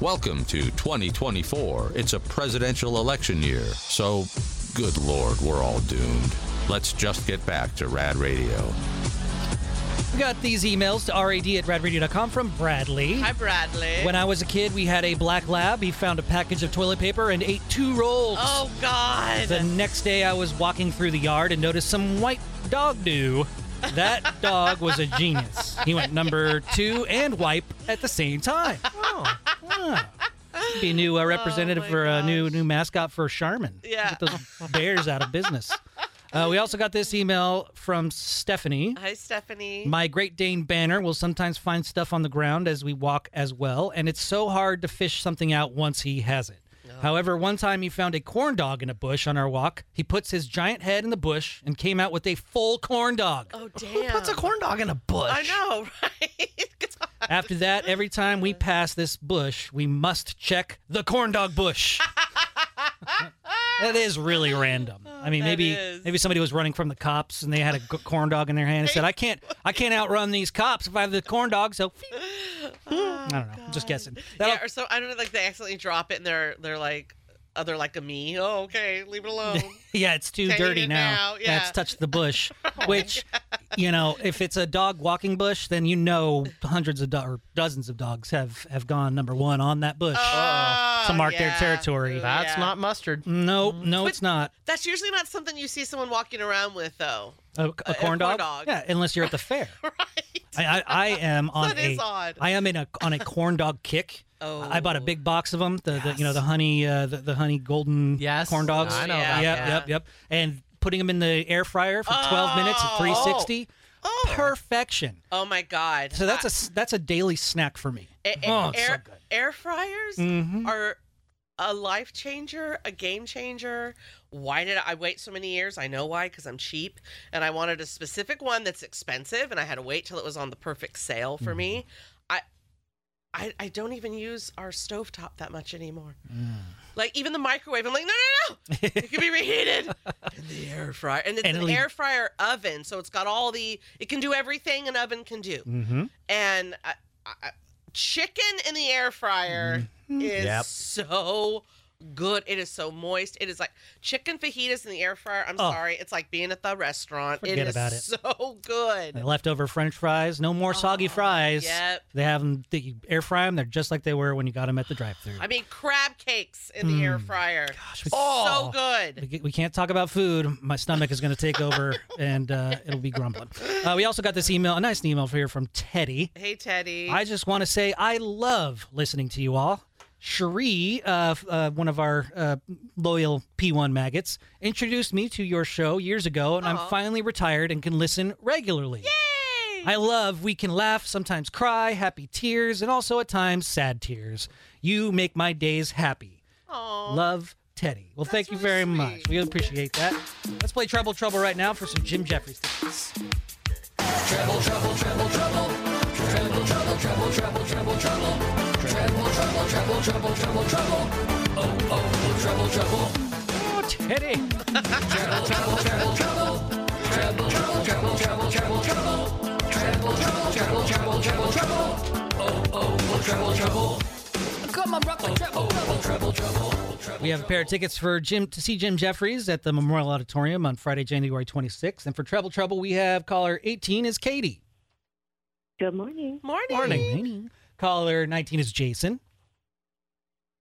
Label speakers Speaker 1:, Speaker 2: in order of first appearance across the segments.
Speaker 1: Welcome to 2024. It's a presidential election year, so good lord, we're all doomed. Let's just get back to Rad Radio.
Speaker 2: We got these emails to rad at radradio.com from Bradley.
Speaker 3: Hi, Bradley.
Speaker 2: When I was a kid, we had a black lab. He found a package of toilet paper and ate two rolls.
Speaker 3: oh, God.
Speaker 2: The next day, I was walking through the yard and noticed some white dog do. That dog was a genius. He went number two and wipe at the same time. Oh, wow. Be a new uh, representative
Speaker 3: Oh, my
Speaker 2: for a new
Speaker 3: gosh.
Speaker 2: new mascot for Charmin.
Speaker 3: Yeah.
Speaker 2: Get those bears out of business. Uh, we also got this email from Stephanie.
Speaker 3: Hi, Stephanie.
Speaker 2: My Great Dane Banner will sometimes find stuff on the ground as we walk as well, and it's so hard to fish something out once he has it. However, one time he found a corn dog in a bush on our walk. He puts his giant head in the bush and came out with a full corn dog.
Speaker 3: oh, damn.
Speaker 4: Who puts a corn dog in a bush?
Speaker 3: I know, right? God.
Speaker 2: After that, every time we pass this bush, we must check the corn dog bush. that is really random. I mean,
Speaker 3: that
Speaker 2: maybe
Speaker 3: is.
Speaker 2: maybe somebody was running from the cops and they had a g- corn dog in their hand and said, "I can't, I can't outrun these cops if I have the corn dog." So, I don't know. I'm just guessing. That'll-
Speaker 3: yeah, or so I don't know, like they accidentally drop it and they're they're like other like a me. Oh, okay, leave it alone.
Speaker 2: Yeah, it's too
Speaker 3: Taking
Speaker 2: dirty
Speaker 3: it
Speaker 2: now.
Speaker 3: now, yeah. Oh,
Speaker 2: it's touched the bush, which, you know, if it's a dog walking bush, then you know hundreds of do- or dozens of dogs have have gone number one on that bush
Speaker 3: Oh,
Speaker 2: to mark their
Speaker 3: yeah.
Speaker 2: territory.
Speaker 3: Ooh.
Speaker 4: That's
Speaker 3: Yeah. Mm-hmm.
Speaker 4: not mustard.
Speaker 2: No, no, it's not
Speaker 3: That's usually not something you see someone walking around with though.
Speaker 2: a, a, corn
Speaker 3: corn
Speaker 2: dog.
Speaker 3: dog.
Speaker 2: Yeah, unless you're at the fair.
Speaker 3: Right.
Speaker 2: I, I, I am on
Speaker 3: That
Speaker 2: a
Speaker 3: is odd.
Speaker 2: I am in a on a corn dog kick.
Speaker 3: Oh.
Speaker 2: I bought a big box of them. The, the you know the honey uh, the, the honey golden
Speaker 4: Yes,
Speaker 2: corn dogs.
Speaker 4: I know
Speaker 2: Yep,
Speaker 4: about
Speaker 2: yep,
Speaker 3: that.
Speaker 2: yep, yep. And putting them in the air fryer for 12 minutes at
Speaker 3: Oh.
Speaker 2: 360.
Speaker 3: Oh.
Speaker 2: Perfection.
Speaker 3: Oh my god.
Speaker 2: So that's a s- that's a daily snack for me.
Speaker 3: A- a-
Speaker 2: Oh, it's so
Speaker 3: air,
Speaker 2: good.
Speaker 3: air fryers are a life changer, a game changer. Why did I wait so many years? I know why, because I'm cheap and I wanted a specific one that's expensive, and I had to wait till it was on the perfect sale for me. I, I, I don't even use our stovetop that much anymore. Like even the microwave, I'm like, no, no, no, it can be reheated. in the air fryer, and it's
Speaker 2: And
Speaker 3: an
Speaker 2: it'll-
Speaker 3: air fryer oven, so it's got all the, it can do everything an oven can do
Speaker 2: Mm-hmm.
Speaker 3: and I, I, chicken in the air fryer
Speaker 2: Mm-hmm.
Speaker 3: is
Speaker 4: Yep.
Speaker 3: so good. It is so moist. It is like chicken fajitas in the air fryer. I'm
Speaker 2: Oh.
Speaker 3: sorry, it's like being at the restaurant.
Speaker 2: Forget
Speaker 3: it is
Speaker 2: about it.
Speaker 3: so good.
Speaker 2: leftover French fries. No more soggy fries.
Speaker 3: yep.
Speaker 2: They have them. They, you air fry them. They're just like they were when you got them at the drive-through.
Speaker 3: I mean, crab cakes in the air fryer.
Speaker 2: Mm. we- Oh.
Speaker 3: so good.
Speaker 2: We ca- we can't talk about food. My stomach is going to take over, and uh, it'll be grumbling. Uh, we also got this email, a nice email here from Teddy.
Speaker 3: Hey Teddy.
Speaker 2: I just want to say I love listening to you all. Cherie, uh, f- uh, one of our uh, loyal P1 maggots, introduced me to your show years ago, and I'm finally retired and can listen regularly. I love we can laugh, sometimes cry, happy tears, and also at times sad tears. You make my days happy. Love, Teddy. Well, thank you very much. We appreciate that. Let's play Trouble Trouble right now for some Jim Jeffries. tickets. Oh, Teddy. We have a pair of tickets for Jim to see Jim Jeffries at the Memorial Auditorium on Friday, January 26th. And for Treble Trouble, we have caller 18 is Katie.
Speaker 5: Good morning.
Speaker 3: morning.
Speaker 2: Morning. Caller 19 is Jason.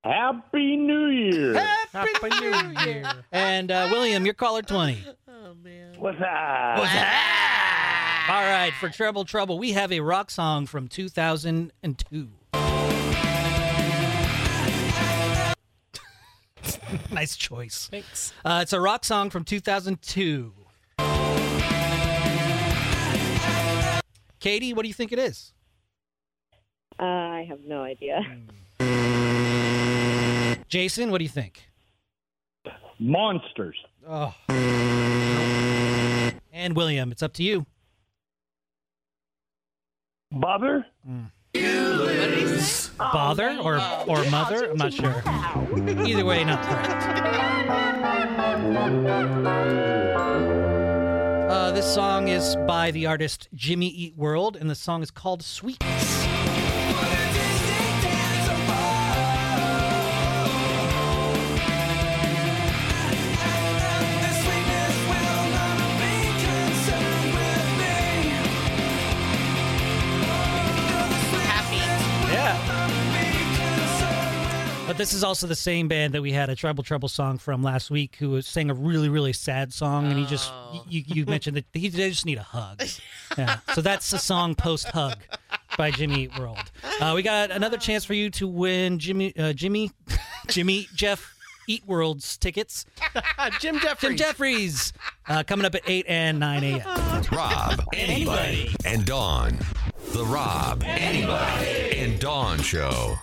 Speaker 6: Happy New Year.
Speaker 4: Happy New Year.
Speaker 2: And uh, William, you're caller 20.
Speaker 3: Oh man.
Speaker 6: What's up?
Speaker 2: All right, for Treble Trouble, we have a rock song from 2002. nice choice. Thanks. Uh, it's a rock song from 2002. Katie, what do you think it is?
Speaker 5: Uh, I have no idea.
Speaker 2: Jason, what do you think?
Speaker 6: Monsters.
Speaker 2: Oh. And William, it's up to you.
Speaker 6: Bother?
Speaker 2: Bother or or mother? I'm not sure. Either way, not correct. Uh, this song is by the artist Jimmy Eat World, and the song is called Sweet.
Speaker 7: What a distant dance of
Speaker 2: But this is also the same band that we had a Trouble Trouble song from last week who was sang a really, really sad song. And he just,
Speaker 3: Oh.
Speaker 2: you, you mentioned that he they just need a hug. Yeah. So that's the song Post Hug by Jimmy Eat World. Uh, we got another chance for you to win Jimmy, uh, Jimmy, Jimmy, Jeff Eat World's tickets.
Speaker 4: Uh,
Speaker 2: Jim
Speaker 4: Jim Jeffries.
Speaker 2: Jeffries uh, coming up at 8 and 9 a.m.
Speaker 1: Rob, anybody, and Dawn. The Rob, anybody, and Dawn Show.